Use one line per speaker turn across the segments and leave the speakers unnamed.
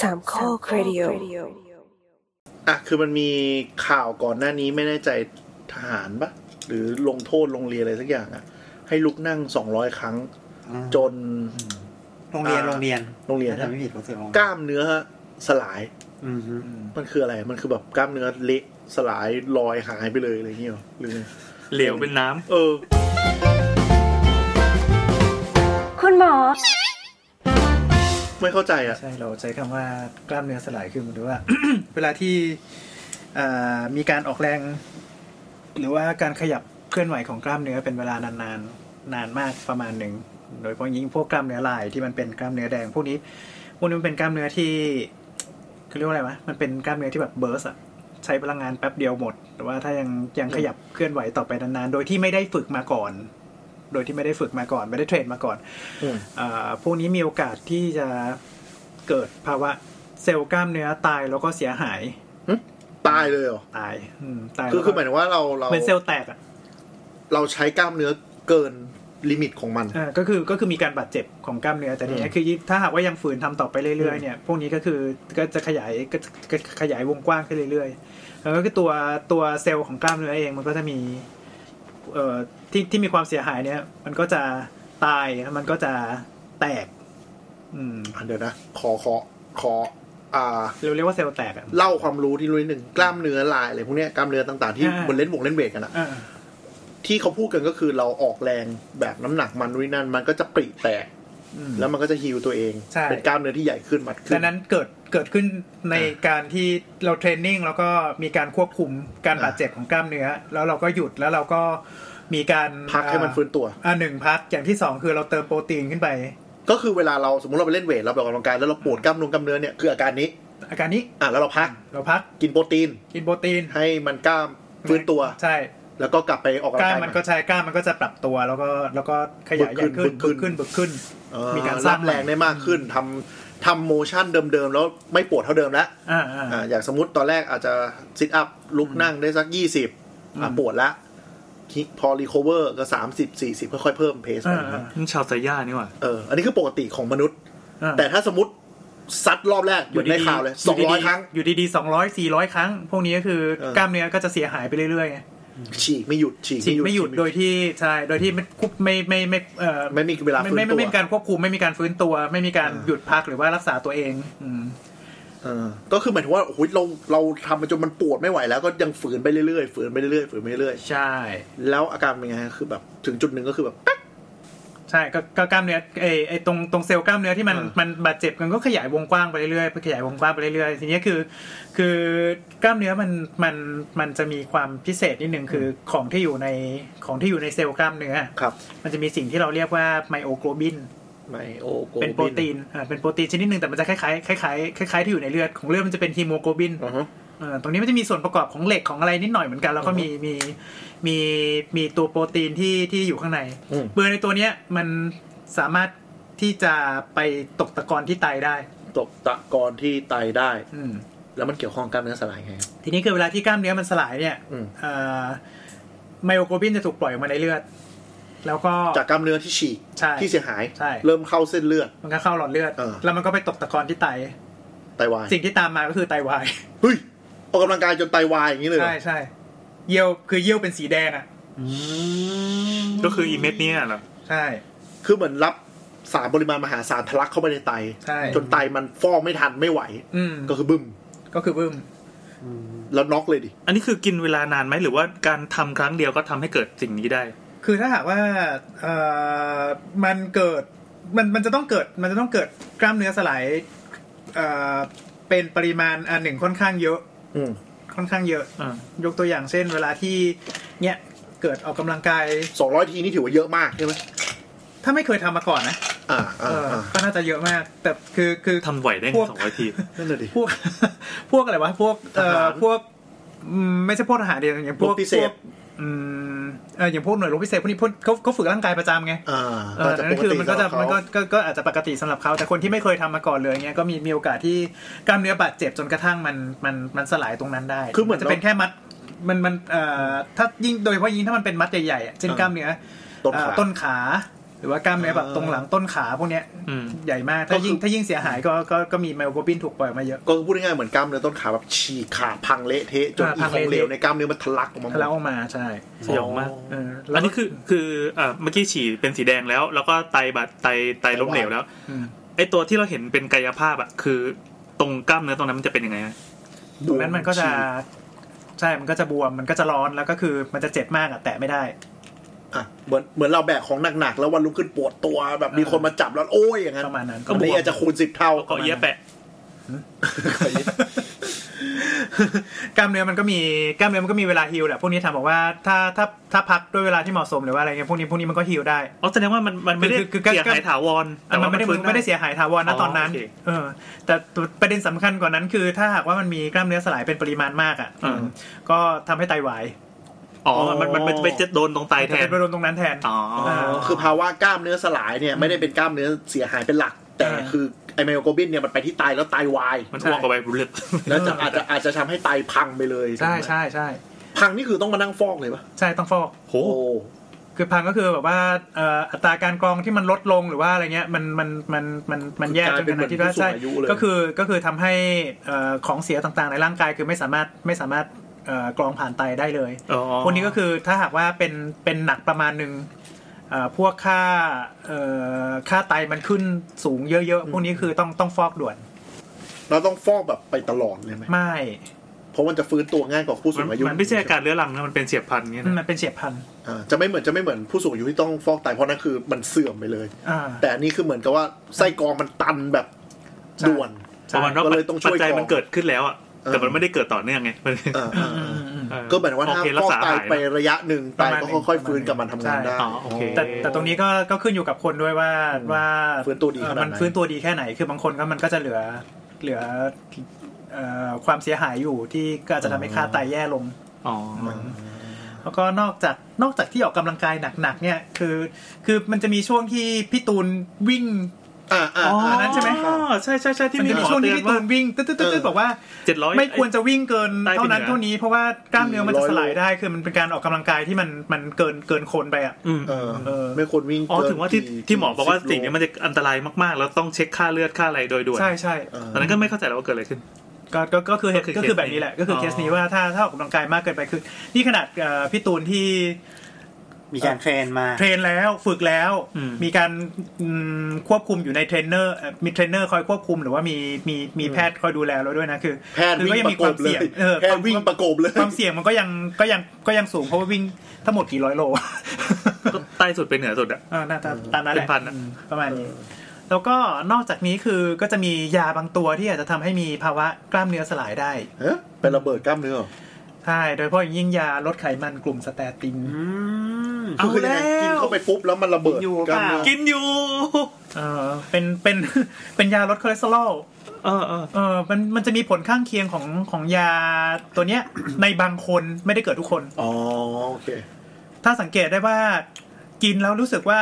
สามข้อครดิโอ
อ่ะคือมันมีข่าวก่อนหน้านี้ไม่แน่ใจทหารปะหรือลงโทษโรงเรียนอะไรสักอย่างอ่ะ ให้ลุกนั่งสองร้อยครั้ง จน
โรงเรียน
อ่า
โรงเรียน
โรงเรียน
ถ้าจำไม่ผิดผมเสียงโรง
ก
เรียน
ล้ามเนื้อสลาย
อืมฮึ
มันคืออะไร มันคือแบบกล้ามเนื้อเละสลายลอยหายไปเลยอะไรอย่างเงี้ยหรอหรือไง
เหลวเป็นน้ำ
เออ
คุณหมอ
ไม่เข้าใจอ่ะ
ใช่เราใช้คำว่ากล้ามเนื้อสลายคือเหมือนว่า เวลาที่อ่ามีการออกแรง หรือว่าการขยับเคลื่อนไหวของกล้ามเนื้อเป็นเวลานานๆนานมากประมาณหนึ่งโดยเฉพาะยิ่งพวกกล้ามเนื้อลายที่มันเป็นกล้ามเนื้อแดงพวกนี้พวกนี้มันเป็นกล้ามเนื้อที่เขาเรียกว่าอะไรวะมันเป็นกล้ามเนื้อที่แบบเบิร์สอะใช้พลังงานแป๊บเดียวหมด แต่ว่าถ้ายังยังขยับเคลื่อนไหวต่อไปนานๆโดยที่ไม่ได้ฝึกมาก่อน โดยที่ไม่ได้ฝึกมาก่อน ไม่ได้เทรนมาก่อน
อืม
อ่าพวกนี้มีโอกาสที่จะเกิดภาวะเซลล์กล้ามเนื้อตายแล้วก็เสียหาย
ตายเลยเหรอ
ตายอืมตาย
คือคือห
เห
มายถึงว่าเราเรา
มือนเซลล์แตกอะ
เราใช้กล้ามเนื้อเกินลิมิตของมัน
อ่าก็คือก็คือมีการบาดเจ็บของกล้ามเนื้อแต่ทีเนี้ยคือถ้าหากว่ายังฝืนทำต่อไปเรื่อยๆเนี่ยพวกนี้ก็คือก็จะขยายก็ก็ก็ขยายวงกว้างขึ้นเรื่อยๆแล้วก็คือตัวตัวเซลล์ของกล้ามเนื้อเองมันก็จะมีเอ่อที่ที่มีความเสียหายเนี่ย มันก็จะตายแล้วมันก็จะแตก อืม
อ่ะเดี๋ยวนะ ขอขอขอ อ่า
เราเรียกว่าเซลล์แตกอ่ะ
เล่าความรู้ที่รู้นิดหนึ่งกล้ามเนื้อลายอะไรพวกเนี้ยกล้ามเนื้อต่าง ๆ ที่
อ่า
บนเล่นวงเล่นเวทกันอะ
อ่า
ที่เขาพูดกันก็คือเราออกแรงแบบน้ำหนักมันนู่นนนั่นมันก็จะปริแตก
อืม
แล้วมันก็จะฮิวตัวเอง
ใช่
เป็นกล้ามเนื้อที่ใหญ่ขึ้นมัดขึ้
ดั
น
งนั้นเกิดเกิดขึ้นในการที่เราเทรนนิ่งแล้วก็มีการควบคุมการ
อ่า
บาดเจ็บของกล้ามเนื้อ แล้วเราก็หยุดแล้วเราก็มีการ
พักให้มัน
อ่า
ฟื้นตัว
อ่าหนึ่งพักอย่างที่สองคือเราเติมโปรตีนขึ้นไป
ก็คือเวลาเราสมมติเราไปเล่นเวทเราไปออกกำลังกายแล้วเราปวดกล้ามเนื้อกล้ามเนื้อเนี่ยคืออาการนี้
อาการนี้
อ่ะแล้วเราพัก
เราพัก
กินโปรตีน
กินโปรตีน
ให้มันกล้ามฟื้นตัว
ใช่
แล้วก็กลับไปออกกำ
ก
ลัง
ล้าม
กาย
มัน
ให
ก็ใช้กล้ามมันก็จะปรับตัวแล้วก็แล้วก็ขยายใหญ่ขึ้น
บึ
บึ
ก
ก
ขึ้
ขึ้
น
นบึกขึ้น
เออ
มีการสร้าง
บแรงได้มากขึ้นทำทำโมชั่นเดิมๆแล้วไม่ปวดเท่าเดิมแล้ว
อ่าอ่า
อ่าอย่างสมมติตอนแรกอาจจะซิทอัพลุกนั่งได้สักยี่สิบอ่ะ
อืม
ปวดละคิพอรีค o เวอร์ก็สามสิบสี่สิบค่อยๆเพิ่มเพสไป
อ่าอ่า
นี่ชาวไซย่านี่หว่า
เอออันนี้คือปกติของมนุษย์
อ่า
แต่ถ้าสมมติซัดรอบแรกเหมือนในข่าวเลยสองร้อย
ดีๆ
ครั้ง
อยู่ดีๆสองร้อยสี่ร้อยครั้ง พวกนี้ก็คือ
เออ
กล้ามเนื้อก็จะเสียหายไปเรื่อยๆไง
ฉีกไม่หยุดฉีก
ฉีกไม่หยุด
ฉีก
โดยที่ใช่โดยที่ไม่ควบไม่ไม่ไม่เอ่อ
ไม่มีเวลา
ไม่
ฟื้น
ไม่
ตั
ไม่
ว
ไม่มีการควบคุมไม่มีการฟื้นตัว ไม่มีการ
อ่า
หยุดพักหรือว่ารักษาตัวเองอืม
เออก็คือหมายถึงว่าโอ้ยเราเราทำมาจนมันปวดไม่ไหวแล้วก็ยังฝืนไปเรื่อยๆฝืนไปเรื่อยๆฝืนไปเรื่อย
ใช่
ๆแล้วอาการเป็นไงฮะคือแบบถึงจุดหนึ่งก็คือแบบ
ใช่ก็ก็กล้ามเนื้อไอไอตรงตรงเซลล์กล้ามเนื้อที่มัน
อ่ามั
มันบาดเจ็บมันก็ขยายวงกว้างไปเรื่อยๆขยายวงกว้างไปเรื่อยๆทีนี้คือ คือกล้ามเนื้อมันมันมันจะมีความพิเศษนิดนึงคือของที่อยู่ในของที่อยู่ในเซลล์กล้ามเนื้อ
ครับ
มันจะมีสิ่งที่เราเรียกว่าไมโอโกลบิน
ไมโอโก
เป็นโปรตีนอ่าเป็นโปรตีนชนิดหนึ่งแต่มันจะคล้ายๆคล้ายๆคล้ายๆที่อยู่ในเลือดของเลือดมันจะเป็นฮีโมโกลบิน
อือฮึ
เอ่อตรงนี้มันจะมีส่วนประกอบของเหล็กของอะไรนิดหน่อยเหมือนกัน แล้วก็มีมีมีมีตัวโปรตีนที่ที่อยู่ข้างใน
อืม
เบอร์ในตัวเนี้ยมันสามารถที่จะไปตกตะกอนที่ไตได้
ตกตะกอนที่ไตได้
อืม
แล้วมันเกี่ยวข้องกับกล้ามเนื้อสลายไง
ทีนี้คือเวลาที่กล้ามเนื้อมันสลายเนี่ย
อืม
เอ่อไมโอโกลบินจะถูกปล่อยออกมาในเลือด แล้วก็
จากกล้ามเนื้อที่ฉีก
ใช่
ที่เสียหาย
ใช่
เริ่มเข้าเส้นเลือด
มันก็เข้าหลอดเลือด
เออ
แล้วมันก็ไปตกตะกอนที่ไต
ไตวาย
สิ่งที่ตามมาก็คือไตวาย
เฮ้ยออกกำลังกายจนไตวายอย่างนี้เลยเหรอ
ใช่ใช่เยี่ยวคือเยี่ยวเป็นสีแดงอ่ะ
ก็คืออีเม็ดเนี้ยเหรอ
ใช่
คือเหมือนรับสารปริมาณมหาศาลทะลักเข้าไปในไต
ใช่
จนไตมันฟอกไม่ทันไม่ไหว
อืม
ก็คือบึ้ม
ก็คือบึ้ม
แล้วน็อกเลยดิ
อันนี้คือกินเวลานานไหมหรือว่าการทำครั้งเดียวก็ทำให้เกิดสิ่งนี้ได้
คือถ้าหากว่าเอ่อมันเกิดมันมันจะต้องเกิดมันจะต้องเกิดกล้ามเนื้อสลายเอ่อเป็นปริมาณอันหนึ่งค่อนข้างเยอะ
อืม
ค่อนข้างเยอะ
อ่าย
กตัวอย่างเช่น เวลาที่เนี่ยเกิดออกกำลังกาย
สองร้อยทีนี่ถือว่าเยอะมากใช่ไหม
ถ้าไม่เคยทำมาก่อนนะ
อ่า
เอ
อ่า
อ
อ่า
ก็น่าจะเยอะมาก แต่คือคือ
ทำไหวได้ไง
พวก
สองร้อย ที
นั่นเลยดิ
พวก พวกอะไรวะพวกเอ่
ท
อ
หาร
พวกอืมไม่ใช่พวกทหารเดียวอย่างพว
ร
ก
บพิเศษ
พวกอืมเอออย่างพวกหน่วยรบพิเศษพวกนี้พวกเขาเขาฝึกร่างกายประจำไง
อ่า
เอ
ก็
อ
จะป
นั่น
ก
คือ
ติ
มัน
สำ
ก็
ห
จะ
รับเขา
มันก็ก็ก็อาจจะปกติสำหรับเขาแต่คนที่ไม่เคยทำมาก่อนเลยเงี้ยก็มีมีโอกาสที่กล้ามเนื้อบาดเจ็บจนกระทั่งมันมันมันสลายตรงนั้นได้
คือเหมือน
จะเป็นแค่มัดมันมันเอ่อถ้ายิ่งโดยเฉพาะยิ่งถ้ามันเป็นมัดใหญ่ๆอ่ะเช่นกล้ามเนื้อ
ต้น
เอ่
ขา
อต้นขา หรือว่ากล้ามเนื้อแบบตรงหลังต้นขาพวกเนี้ย
อืม
ใหญ่มากถ้ายิ่ง
ก็คือ
ถ้ายิ่งเสียหายก็ก็ก็มีไมโครบินถูกปล่อยออกมาเยอะ
ก็คือพูดง่ายๆเหมือนกล้ามเนื้อต้นขาแบบฉีกขาดพังเละเทะจน
อ่า
อี
พัง
ของ
เละเทะ
เหลวในกล้ามเนื้อมันทะลักออกมาหม
ทะ
ด
ลักออกมาใช่
สยองมาก
เออแล้ว
อั
น
นี้คือคืออ่าเมื่อกี้ฉี่เป็นสีแดงแล้ว แล้วก็ไตบาดไตไตล้มเหลวแล้ว
ม
ไอตัวที่เราเห็นเป็นกายภาพอะคือ ตรงกล้ามเนื้อตรงนั้นมันจะเป็นยังไงอะ
ตรงนั้นมันก็จะ
ฉีก
ใช่ มันก็จะบวม มันก็จะร้อน แล้วก็คือมันจะเจ็บมากอะแตะไม่ได้
อ่ะเหมือนเหมือนเราแบกของหนักๆแล้ววันรุ่งขึ้นปวดตัวแบบมีคนมาจับแล้วโอ้ยอย่างนั้น
ประ มาณนั้น
อันนี้อาจจะคูณสิบเท่า
ก็เอี้ยะแปะ
กล้ามเนื้อมันก็มีกล้ามเนื้อมันก็มีเวลาฮิลแหละ พวกนี้ถามบอกว่าถ้าถ้าถ้าพักด้วยเวลาที่เหมาะสมหรือว่าอะไรเงี้ย พวกนี้พวกนี้มันก็ฮิลได้
อ๋อแสดงว่ามันมันไม่ได้
คือคือคือ
เสียหายถาวร
อ่ะมันไม่ได้
ฟื้
มันไม่ได้เสียหายถาวรนะ
อ๋อ
ตอนนั้น
โอเค
เออ แต่ประเด็นสำคัญกว่านั้นคือ ถ้าหากว่ามันมีกล้ามเนื้อสลายเป็นปริมาณมากอ่ะ
อืม
ก็ทำให้ไตวาย
อ๋อมันมันมัน
อ๋อ
ไปจะโดนตรงไตแท
จะ
น
เป็นไปโดนตรงนั้นแทน
อ๋อ
อ่า
อ๋อคือภาวะกล้ามเนื้อสลายเนี่ยไม่ได้เป็นกล้ามเนื้อเสียหายเป็นหลัก แต่
อ่า
คือไอไมโอโกลบินเนี่ยมันไปที่ไตแล้วไตวาย
มันอ้วกออกไปบุลึก
แล้วจะอาจจะอาจจะทำให้ไตพังไปเลยถู
ใช่
กไหม
ใช่ใช่
พังนี่คือต้องมานั่งฟอกเลยปะ
ใช่ต้องฟอก
โห
โอ้
คือพังก็คือแบบว่าเอ่ออัตราการกรองที่มันลดลงหรือว่าอะไรเงี้ยมันมันมันมันมันแย่จนขนาดที่ว่า
คือ
ใช่
กลายเป็นเหมือนผู้สูงอายุเลย
ก็คือก็คือทำให้เอ่อของเสียต่างๆ ในร่างกายคือไม่สามารถไม่สามารถเอ่อกรองผ่านไตได้เลย
อ๋อ
พวกนี้ก็คือถ้าหากว่าเป็นเป็นหนักประมาณหนึ่งเอ่อพวกค่าเอ่อค่าไตมันขึ้นสูงเยอะๆพวกนี้คือต้องต้องฟอกด่วน
เราต้องฟอกแบบไปตลอดเลยไหม
ไม่
เพราะมันจะฟื้นตัวง่ายกว่าผู้สู
มัน
งอายุ
มันไม่ใช่อาการเรื้อรังนะมันเป็นเฉียบพลันเงี้ยนะ
มันเป็นเฉียบพลัน
อ่าจะไม่เหมือนจะไม่เหมือนผู้สูงอายุที่ต้องฟอกไตเพราะนั่นคือมันเสื่อมไปเลย
อ่า
แต่อันนี่คือเหมือนกับว่าไส้กรองมันตันแบบ
ใช่
ด่วน
ใช่
ประมาณว่า
ก็เลยต้องช่วย
ปัจจัย
ก่อน
มันเกิดขึ้นแล้วอะ
เออ
แต่มันไม่ได้เกิดต่อเนื่องไงมัน
อ่า
อื
อ่าม
อืมอืม
เออ
ก็เหมือนว่าถ้า
โเค
ฟ
รั
อก
ษา
ไต
หายนะ
ไประยะหนึ่งไต
ประมาณ
ก็
หนึ่ง
ค่อยๆฟื้นกลับมาทำงาน
ใช่
ได้
อ๋อโอเค
แต่แต่ตรงนี้ก็ก็ขึ้นอยู่กับคนด้วยว่าว่า
ฟื้นตัวดี
เอ่อ
ขนาดไหน
มันฟื้นตัวดีแค่ไหน คือบางคนก็มันก็จะเหลือเหลือเอ่อความเสียหายอยู่ที่ก็อาจจะทำให้ค่าไตแย่ลง
อ๋อ
แล้วก็นอกจากนอกจากที่ออกกำลังกายหนักๆเนี่ยคือคือมันจะมีช่วงที่พี่ตูนวิ่ง
อ่าอ่า
อ๋อ
อันนั้
อ่า
นใช่ไหม
อ๋อใช่ใช่ใช่ที่
มัน
มี
จะ
ห
มี
มอ
ช่วง
เตื
ที่
อน
พี่ตู
ว่าน
วิ่งตึ๊ดตึ๊ดตึ๊ดตึ๊ดบอกว่า
เจ็ดร้อย
ไม่ควรจะวิ่งเกิน
ใต้ไป
เท่านั้น
เหนือ
เท่านี้เพราะว่ากล้ามเนื้อมันจะ
ร้อย
ส
โล
ลายได้คือมันเป็นการออกกำลังกายที่มันมันเกินเกินคนไปอ่ะ
อืม
เออ
เออ
ไม่ควรวิ่ง
อ๋อ
เกิน
ถึงว่าที่
กี่
ที่หมอบอกว่า
สิโล
สิ่งนี้มันจะอันตรายมากๆ แล้วต้องเช็คค่าเลือดค่าอะไรโดยด่วน
ใช่ใช่
เออ
ตอนนั้นก็ไม่เข้าใจแล้วว่าเกิดอะไรขึ้น
ก็ก็ก็คือเหตุ
ก็
ก็
คื
คือ อ
เคส
แบบนี้แหละก็คืออ
อ
เคสนี้ว่าถ้าถ้าออกกำลังกายมากเกินไปคือ นี่ขนาดเอ่อพี่ตูนที่
มีการเทรนมา
เทรนแล้วฝึกแล้ว
อืม
มีการอืมควบคุมอยู่ในเทรนเนอร์เอ่อมีเทรนเนอร์คอยควบคุมหรือว่ามีมีมีแพทย์คอยดูแลเราด้วยนะคือ
แพทย์
คื
วิ่
ก็
งประกบเลย
เออ
แพทย์วิ่งประกบเลย
ความเสี่ยงมันก็ยังก็ยังก็ยังสูงเพราะว่าวิ่งทั้งหมดกี่ร้อยโล
ก็ใต้สุดไปเหนือสุดอะ
อ่าน่าจะตามนั้นแหละ
เป็นพันอะ
อืมประมาณนี้ แล้วก็นอกจากนี้คือก็จะมียาบางตัวที่อาจจะทำให้มีภาวะกล้ามเนื้อสลายได้
เอ๊ะเป็นระเบิดกล้ามเนื้อเหรอ
ใช่ โดยเฉพาะอย่างยิ่งยาลดไขมันกลุ่มสเตติน
อืม
คือคือยังไงกินเข้าไปปุ๊บแล้วมันระเบิด
อยู่
กล้าม
เป
เนื้
ล่า
อ
กินอยู่
เออเป็น เป็น เป็นยาลดคอเลสเตอรอล
เออเออ
เออมัน มันจะมีผลข้างเคียงของของยาตัวเนี้ย ในบางคนไม่ได้เกิดทุกคน
อ๋อโอเค
ถ้าสังเกตได้ว่า กินแล้วรู้สึกว่า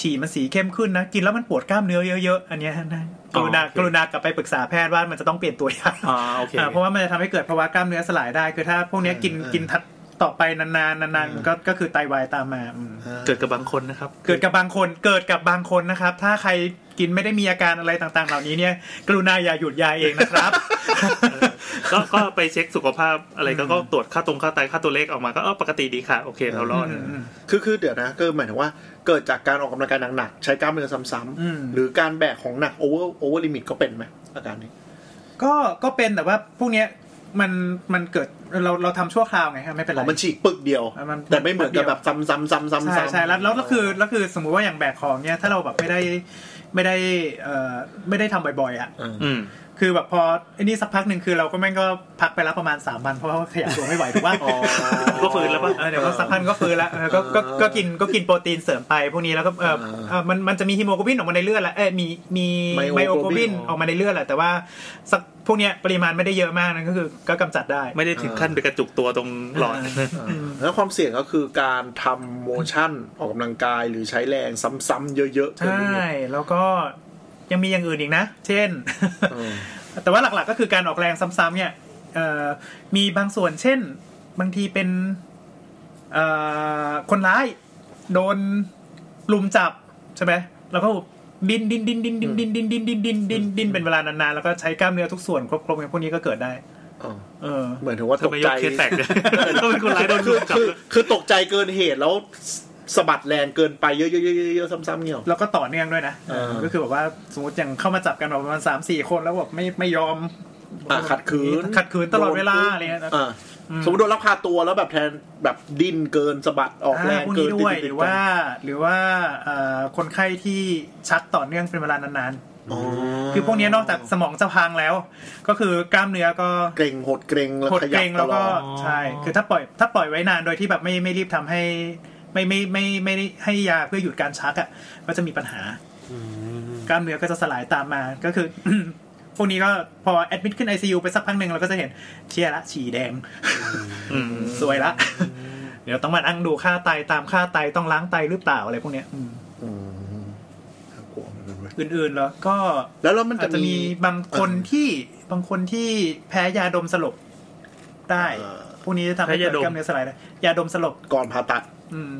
ฉี่มันสีเข้มขึ้นนะ กินแล้วมันปวดกล้ามเนื้อเยอะๆ อันเนี้ยนะกรุณา
อ๋อโอเค
กรุณากลับไปปรึกษาแพทย์ว่ามันจะต้องเปลี่ยนตัวยา
อ่าโอเค
อ่าเพราะว่ามันจะทำให้เกิดภาวะกล้ามเนื้อสลายได้ คือถ้าพวกเนี้ยกิน
เออ
กินถัดต่อไปนานๆ นานๆ ก็ ก็คือไตวายตามมาอืม
เกิดกับบางคนนะครับ
เกิดกับบางคน เกิดกับบางคนนะครับ ถ้าใครกินไม่ได้มีอาการอะไรต่างๆ เหล่านี้เนี่ย กรุณาอย่าหยุดยาเอง นะครับ
ก็ก็ไปเช็คสุขภาพอะไรก็ก็ตรวจค่าตรงค่าไตค่าตัวเลขออกมาก็เออปกติดีค่ะ โอเคเรารอด
อืม
คือคือเดี๋ยวนะก็หมายถึงว่าเกิดจากการออกกำลังกายหนักๆใช้กล้ามเนื้อซ้ำ
อืม
ๆหรือการแบกของหนักโอเวอร์โอเวอร์ลิมิตก็เป็นไหมอาการนี้
ก็ ก็เป็นแต่ว่าพวกเนี้ยมัน มันเกิด เรา เราทำชั่วคราวไงครับไม่เป็นไร
มันฉีกปึกเดียว
อ่ะมัน
แต่ไม่เหมือนกับ
มันเดียว
แบบซ้ำๆซ้ำๆ
ใช่
ซ้ำๆ
ใช่แล้วแล้วแล้วคือ แล้วคือ สมมุติว่าอย่างแบกของเนี่ย ถ้าเราแบบไม่ได้ ไม่ได้ เอ่อ ไม่ได้ทำบ่อยๆ อ่ะ
เออ
อืม
คือแบบพอไอ้นี่สักพักหนึ่งคือเราก็แม่งก็พักไปแล้วประมาณ3วันเพราะว่าขยับตัวไม่ไหวถูกป่ะ
ก็ฟื้นแล้วปะ
เออเดี๋ยวก็สักพันก็ฟื้นละเออก็ก็ก็กินก็กินโปรตีนเสริมไปพวกนี้แล้วก็เออเออมันมันจะมีฮีโมโกลบินออกมาในเลือดแหละเออมีมีไมโอโกลบินออกมาในเลือดแหละแต่ว่าสักพวกเนี้ยปริมาณไม่ได้เยอะมากนะก็คือก็กำจัดได้
ไม่ได้ถึงขั้นไปกระจุกตัวตรงหลอด
แล้วความเสี่ยงก็คือการทำโมชั่นออกกำลังกายหรือใช้แรงซ้ำๆเยอะๆเกิน
ใช่
ลิมิต
แล้วก็ยังมีอย่างอื่นอีกนะ เช่น
เออ
แต่ว่าหลักๆก็คือการออกแรงซ้ำๆเนี่ยเอ่อมีบางส่วนเช่น บางทีเป็นเอ่อคนร้าย โดนลุมจับ ใช่ไหมแล้วก็ดิ้นดิ้นดิ้นดิ้นดิ้นดิ้นดิ้นดิ้นดิ้นดิ้นดิ้นดิ้นเป็นเวลานานๆแล้วก็ใช้กล้ามเนื้อทุกส่วนครบๆกันพวกนี้ก็เกิดได้
อ๋อ
เออ
เหมือนถึงว่า
ทำ
ตก
ไมย
ใจ
กเคสแตกเนี่ยต้องเป็นคนร้ายโดน
คื
ลุ
อก
กลับ
คือคือตกใจเกินเหตุแล้วสะบัดแรงเกินไปเยอะๆๆๆๆซ้ำๆเงี้ยหรอ
แล้วก็ต่อเนื่องด้วยนะ
เออ
ก็คือแบบว่าสมมติอย่างเข้ามาจับกันแบบประมาณสามสี่คนแล้วแบบไม่ไม่ยอม
อ่ะขัดขืน
ขัดขืนตลอดเวลาอะไรเงี้ยนะ
อ่ะ
อืม
สมมติโดนลักพาตัวแล้วแบบแทนแบบดิ้นเกินสะบัดออกแรง
พวก
เกิ
นี้
น
ด้วย
ติๆ
หรือว่า หรือว่าเอ่อคนไข้ที่ชักต่อเนื่องเป็นเวลานาน
อ๋อ
ๆคือพวกนี้นอกจากสมองจะพังแล้ว ก็คือกล้ามเนื้อก็
เกรงหดเกรงแล้ว
หด
ข
เก
ยับ
รง
ต
แล้ว
ล
ก็
อด
ใช่คือถ้าปล่อยถ้าปล่อยไว้นานโดยที่แบบไม่ไม่รีบทำให้ไม่ไม่ไม่ไม่ได้ให้ยาเพื่อหยุดการชักอ่ะก็จะมีปัญหา กล้ามเนื้อก็จะสลายตามมา ก็คือ พวกนี้ก็พอแอดมิดขึ้น ICU ไปสักพักหนึ่งเราก็จะเห็นเชี่ยละ ฉี่แดง
อืม
สวยละ เดี๋ยวต้องมานั่งดูค่าไตตามค่าไตต้องล้างไตหรือเปล่าอะไรพวกเนี้ยอืม
อืมน่ากลัวเหมือนกันเว้ย
อื่นๆแล้วก็
แล้วแล้วมัน
อาจจะ
จะมี
มีบางคนที่บางคนที่แพ้ยาดมสลบได้
เออ
พวกนี้จะทำให้เกิดกล้ามเนื้อสลายได้ยาดมสลบ
ก่อนผ่าตัด
อืม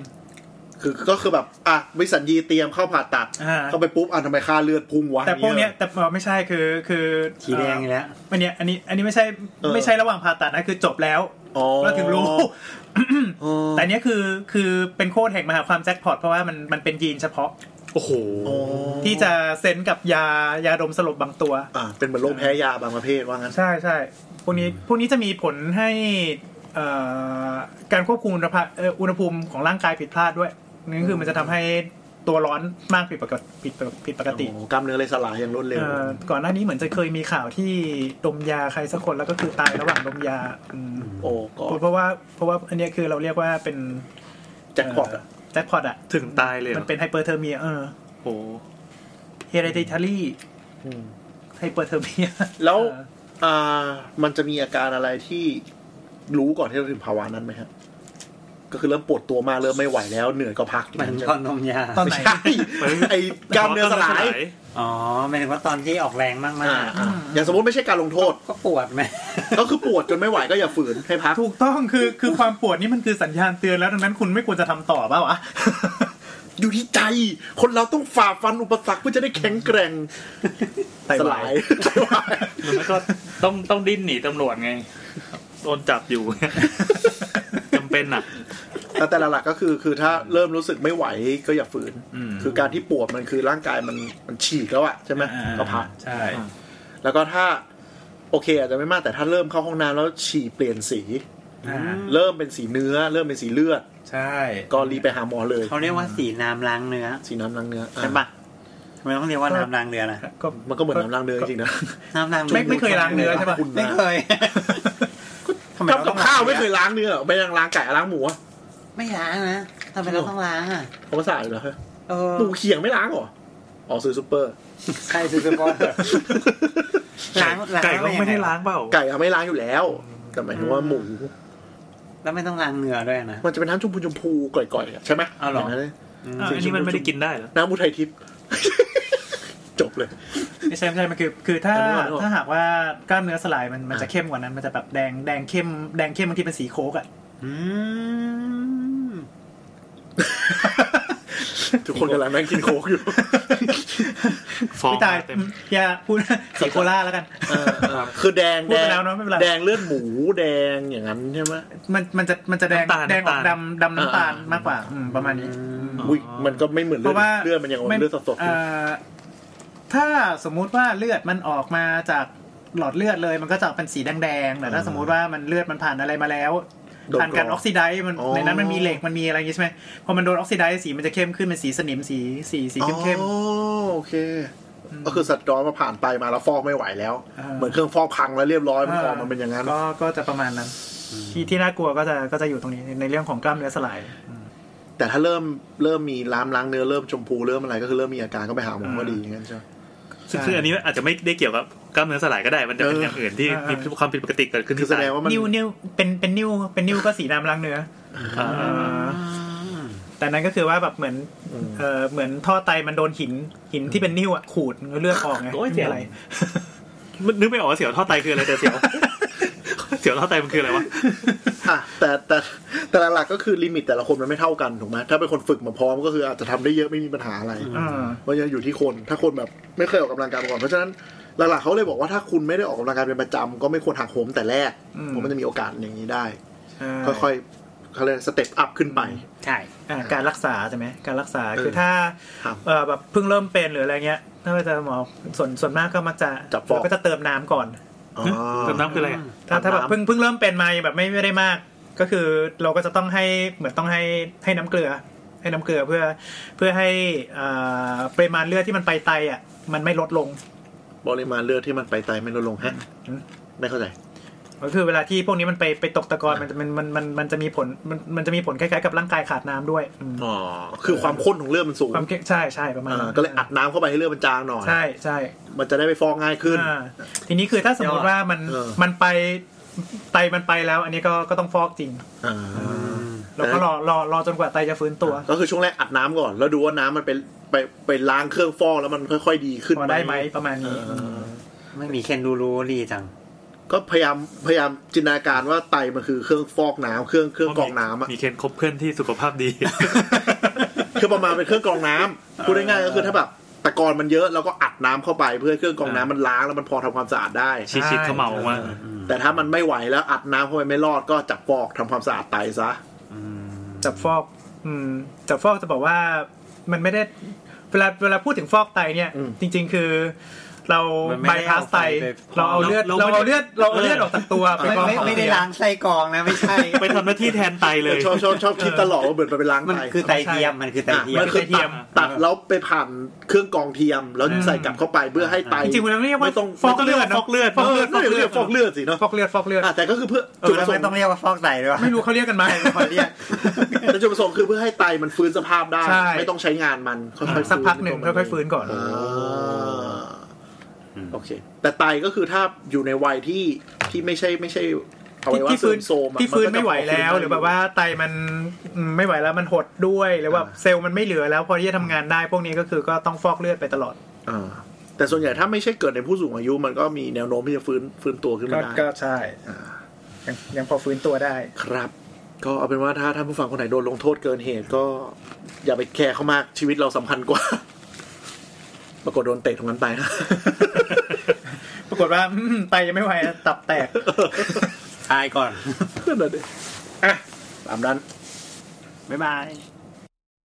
คือก็คือแบบอ่ะวิสัญญีเตรียมเข้าผ่าตัด
อ่า
เข้าไปปุ๊บอ่ะทำไมค่าเลือดพุ่งวะ
แต่พวกเนี้ย
อ
แต่ไม่ใช่คือคือ
สีแดงอีกแล้ว
อันเนี้ยอันนี้อันนี้ไม่ใช่
เออ
ไม่ใช่ระหว่างผ่าตัดนะคือจบแล้ว
อ๋อ
เราถึงรู้
๋อ
แต่เนี้ยคือคือเป็นโคตรแห่งมหาความแจ็คพอตเพราะว่ามันมันเป็นยีนเฉพาะ
โอ้โห
อ๋อ
ที่จะเซนกับยายาดมสลบบางตัว
อ่ะเป็นเหมือนโรคแพ้ยาบางประเภทว่างั้น
ใช่ใช่พวกนี้พวกนี้จะมีผลให้เอ่อการควบคุมอุณหภาเอ่ออุณหภูมิของร่างกายผิดพลาดด้วยนั่นคือมันจะทำให้ตัวร้อนมากผิดปกติผิดปกติผิดปกติ
โอ้กล้ามเนื้อเลยสลายอย่างรวดเร็ว
เอ่อก่อนหน้านี้เหมือนจะเคยมีข่าวที่ดมยาใครสักคนแล้วก็คือตายระหว่างดมยาอืม
โอ้ก็
เพราะว่าเพราะว่าอันเนี้ยคือเราเรียกว่าเป็น
แจ็คพอตอ่ะ
แจ็คพอตอ่ะ
ถึงตายเลยเหรอ
มันเป็นไฮเปอร์เทอร์เมียเออ
โอ้โห
hereditary
ม
ไฮเปอร์เทอร์เมีย
แล้วอ่ามันจะมีอาการอะไรที่รู้ก่อนที่เราถึงภาวะนั้นไหมครับก็คือเริ่มปวดตัวมากเริ่มไม่ไหวแล้วเหนื่อยก็พัก
มัน
ใช่
ตอนนมยา
ตอนไหน
ใช่ไอ้กล้ามเนื้อสลาย
อ๋อหมายถึงว่าตอนที่ออกแรงมาก
อ่าอ่าอย่างสมมติไม่ใช่การลงโทษ
ๆ ก็ปวดไหม
ก็คือปวดจนไม่ไหวก็อย่าฝืนให้พัก
ถูกต้องคือคือความปวดนี่มันคือสัญญาณเตือนแล้วดังนั้นคุณไม่ควรจะทำต่อเปล่าวะ
อยู่ที่ใจ คนเราต้องฝ่าฟันอุปสรรคเพื่อจะได้แข็งแกร่ง
ไต
ส
วา
ลา
ย
ยไตวาย
หรือไม่ก็ ต้องต้องดิ้นหนีตำรวจไง โดนจับอยู่ จำเป็นอ่ะ
แต่แต่ละหลักก็คือคือถ้าเริ่มรู้สึกไม่ไหวก็อย่าฝืน
อืม
คือการที่ปวดมันคือร่างกายมันมันฉีกแล้วอะใช่ไหมก็พัก
ใช่
แล้วก็ถ้าโอเคอาจจะไม่มากแต่ถ้าเริ่มเข้าห้องน้ำแล้วฉี่เปลี่ยนสี
อ่า
เริ่มเป็นสีเนื้อ เริ่มเป็นสีเลือด
ใช่
ก็รีบไปหาหมอเลย
เขาเรียกว่าสีน้ำล้างเนื้อ
สีน้ำล้างเนื้ออ่ะ
ใช่ปะทำไมต้องเรียกว่าน้ำล้างเนื้อล่ะ
ก็
มันก็เหมือนน้ำล้างเนื้อจริงๆนะ
น้ำล้างนื้อ
ไม่ไม่เคยล้างเนื้อใช่ปะ
คุณนะ
ไม่เคย ทำไม
ทำ
เรา
กั
ต้อบ ง
ข้าวไม่เคยล้างเนื้อไม่ล้างล้างไก่ล้างหมูอะ
ไม่ล้างนะทำไมเราต้องล้างอ่ะ
เขาก็สาดอยู่แล้วฮะ
เออ
หมูเขียงไม่ล้างเหรออ๋อซื้อซูเปอร์
ใครซื้อสปอนเซอร์ ล้างล้าง
ไก่ก็ไม่ได้ล้างเปล่า
ไก่อะไม่ล้างอยู่แล้ว แต่หมายถึงว่าหมู
แล้วไม่ต้องล้างเนื้อด้วยนะ
มันจะเป็นน้ำชมพูชมพูก่อยๆอะใช่ไหม
อ้าวเหรอ
ย่งนั้นเลย
อ่ะอันนี้มันไม่ได้กินได้เหรอ
น้ำมูไทยทิพย์ จบเลย
ไม่ใช่ไม่ใช่มันคือคือถ้า
เออเออ
ถ้าหากว่ากล้ามเนื้อสลายมันมันจะเข้มกว่านั้น มันจะแบบแดงแดงเข้มแดงเข้มบางทีเป็นสีโค้กอ่ะ
อืม
ทุกคนกำลังนั่งกินโค้กอยู่
ฟอง
พี่ตาย
เต็ม
อย่าพูด สีโคล่าแล้วกัน
เออเออคือแดง
พูดไปแล้วเนอะไม่เป็นไร
แดงเลือดหมูแดงอย่างนั้นใช่ไหม
มันมันจะมันจะแดง
น้ำตาล
แดงออก
น้ำตาล
ดำดำน้ำตาลมากกว่าอืมประมาณนี้
อุ้ยมันก็ไม่เหมือน
เพ
เลือด
ราะว่า
เลือดมันยัง
ไม่
เลือดสดๆอยู่
เอ่อถ้าสมมุติว่าเลือดมันออกมาจากหลอดเลือดเลย มันก็จะเป็นสีแดงๆแต่ถ้าสมมุติว่ามันเลือดมันผ่านอะไรมาแล้ว
โดน
ผ่านการอ
ร
อกซิไดซ์มัน
อ๋อ
ในนั้นมันมีเหล็กมันมีอะไรอย่างงี้ใช่ไหมพอมันโดนออกซิไดซ์สีมันจะเข้มขึ้นเป็นสีสนิมสีสีสี
อ๋อ
เข้ม
โอเค ก็คือสัตว์ร้อนมาผ่านไปมาแล้วฟอกไม่ไหวแล้ว
อ่า
เหมือนเครื่องฟอกพังแล้วเรียบร้อย
ๆ
มันออกมาเป็นอย่างนั้น
ก็ก็จะประมาณนั้น ที่ที่น่ากลัวก็จะก็จะอยู่ตรงนี้ในเรื่องของกล้ามเนื้อสลาย
แต่ถ้าเริ่มเริ่มมีล้ามล้างเนื้อเริ่มชมพูเริ่มอะไรก็คือเริ่มมีอาการก็ไปหาหมอก็ดีอย่างนั้นใช่ไหม
ซึ่งซึ่งอันนี้อาจจะไม่ได้เกี่ยวกับกล้ามเนื้อสลายก็ได้ มันจะเป็น
เอออ
อย่างอื่นที่มีความผิดปกติเกิดขึ้น
คือ
ที่
แส
ตา
ด
ย
งว่ามัน
นิ้วนิ้วเป็นเป็นนิ้วเป็นนิ้วก็สีดำล้างเนื้อ
อ่า
อแต่นั้นก็คือว่าแบบเหมือน
อืม
เออเหมือนท่อไตมันโดนหินหินที่เป็นนิ้วอะขูดแล้วเลือดออกไง
โอ้ย
ไม่
เสี
มี
ยว
อะ
อะไร
ไร
นึกไม่ออกว่าเสียวท่อไตคืออะไรแต่เสียว เสียวท่อไตมันคืออะไรวะ
อ่ะแต่แต่แต่หลักๆก็คือลิมิตแต่ละคนมันไม่เท่ากันถูกไหมถ้าเป็นคนฝึกมาพร้อมก็คืออาจจะทำได้เยอะไม่มีปัญหาอะไร
อ่า
มันยังอยู่ที่คน ถ้าคนแบบไม่เคยออกกำลังกายมาก่อน เพราะฉะนั้นหลักๆเขาเลยบอกว่าถ้าคุณไม่ได้ออกกำลังกายเป็นประจำก็ไม่ควรหักโหมแต่แรกผมมันจะมีโอกาสอย่างนี้ได้
ใช่
ค่อยๆเขาเรียกสเต็ปอัพขึ้นไป
ใช่
อ่าการรักษาใช่ไหมการรักษา
เออ
คือถ้า
ครับ
เอ่อแบบเพิ่งเริ่มเป็นหรืออะไรเงี้ย ถ้าไปเจอหมอส่วนส่วนมากก็มักจะ
จับฟอก
เราก็จะเติมน้ำก่อน
อ๋อ
เติมน้ำคืออะไรอะ
ถ้าถ้าแบบ
น้ำ
เพิ่งเพิ่งเริ่มเป็นมายังแบบไม่ไม่ได้มาก ก็คือเราก็จะต้องให้เหมือนต้องให้ให้น้ำเกลือ ให้น้ำเกลือเพื่อเพื่อให้อ่าปริมาณเลือดที่มันไปไตอ่ะมันไม่ลดลง
ปริมาณเลือดที่มันไปไตไม่ลดลงฮะ
อืม
ไม่เข้าใจ
ก็คือเวลาที่พวกนี้มันไปไปตกตะกอน
อ่ะ
มันจะมันมันมันมันจะมีผลมันมันจะมีผลคล้ายๆกับร่างกายขาดน้ำด้วยอืม
อ๋อคือความข้นของเลือดมันสูง
ความเข้มใช่ใช่ประมาณ
อ่า
นั้น
ก็เลยอัดน้ำเข้าไปให้เลือดมันจางหน่อย
ใช่ใช่
มันจะได้ไปฟอกง่ายขึ้น
อ่าทีนี้คือถ้าสมมติว่ามัน
เออ
มันไปไตมันไปแล้ว อันนี้ก็ก็ต้องฟอกจริง
อ่า
แล้วก็รอรอรอจนกว่าไตจะฟื้นตัว
ก็คือช่วงแรกอัดน้ำก่อน แล้วดูว่าน้ำมันไปไปไปล้างเครื่องฟอกแล้วมันค่อย ๆ ดีขึ้น
พอได้ไหมประมาณ
เอ
นี้ม
อ
ไม่มีเคนดูรู้ดีจัง
ก็พยายามพยายามจินตนาการว่าไตมันคือเครื่องฟอกน้ำเครื่องเครื่องกรองน้ำอะ
มีเคนคบเพื่อนที่สุขภาพดี
คือประมาณเป็นเครื่องกรองน้ำพูดง่ายๆก็คือถ้าแบบตะกอนมันเยอะแล้วก็อัดน้ำเข้าไปเพื่อให้เครื่องกรองน้ำมันล้างแล้วมันพอทำความสะอาดได้
ชิชิดเขาเมามา
แต่ถ้ามันไม่ไหวแล้วอัดน้ำเข้าไปไม่รอดก็จับฟอกทำความสะอาดไตซะ
จับฟอก อืมจับฟอกจะบอกว่ามันไม่ได้เวลาเวลาพูดถึงฟอกไตเนี่ย
อืม
จริง ๆ คือ เรา
มันไม่
บาย
ได้
พาส
เอา
ไต
ไตไป
เราเอาเลือดเราเอาเลือดเราเอาเลือดออกจากตัวไป
ไม่
กอง
ไม่ไม่ได้ล้างไส้กรองนะไม่ใช่
ไปทำหน้าที่แทนไตเลย
ชอบชอบชอบคิดตลอดว่าเบิร์นไปล้าง
มัน
ไต
คือไตเทียมมันคือไต
อ่ะ
เทีย
มั
ม
นคือตัดตัดแล้วไปผ่านเครื่องกรองเทียม แล้วใส่กลับเข้าไปเพื่อให้ไต
จริงๆมันไม่เรียกว่า
ไม่ต้อง
ฟอกเลือดนะ
ฟอกเลือด
ฟอกเลือด
ไม่เรียกฟอกเลือดสิเนาะ
ฟอกเลือดฟอกเลือด
อ่ะแต่ก็คือเพื่อ
เอ
จุ
อ
ดป
แล้
ระ
ว
สง
ไม่
ค์
ต้องเรียกว่าฟอกไตด้วยวะ
ไม่รู้เขาเรียกกันไหม
ขอเรียก
แต่จุดประสงค์คือเพื่อให้ไตมันฟื้นสภาพได้
ใช่
ไม่ต้องใช้งานมันค่อยๆ
สัก
ฟื้
พักหนึ่งค่อยๆฟื้นก่อน
อ่า
อืม
โอเค แต่ไตก็คือถ้าอยู่ในวัยที่ที่ไม่ใช่ไม่ใช่เอาไว้
ที่
ว่า
ที่ฟื้น
โซมๆอ่ะ
ที่ฟื้น
ก็จะ
ไม่ไหวแล้ว
พฟื้นได้
หรือแบบว่าไตมันอืมไม่ไหวแล้วมันหดด้วยหรือว่า
อ่า
เซลล์มันไม่เหลือแล้วพอที่จะทำงานได้ พวกนี้ก็คือก็ต้องฟอกเลือดไปตลอด
อ่าแต่ส่วนใหญ่ถ้าไม่ใช่เกิดในผู้สูงอายุ มันก็มีแนวโน้มที่จะฟื้นฟื้นตัวขึ้น
ก็
มาได้
ก็ใช่
อ่า
ยังยังพอฟื้นตัวได้
ครับ ก็เอาเป็นว่าถ้าท่านผู้ฟังคนไหนโดนลงโทษเกินเหตุก็ อย่าไปแคร์เขามากชีวิตเราสำคัญกว่า ปรากฏโดนเตะตรงนั้นไปนะ
ปรากฏ ว่าอืมไตยังไม่ไหวแล้วตับแตก
ตายก่อน
นั่นน่ะดิอ่ะตามนั้น
บ๊ายบาย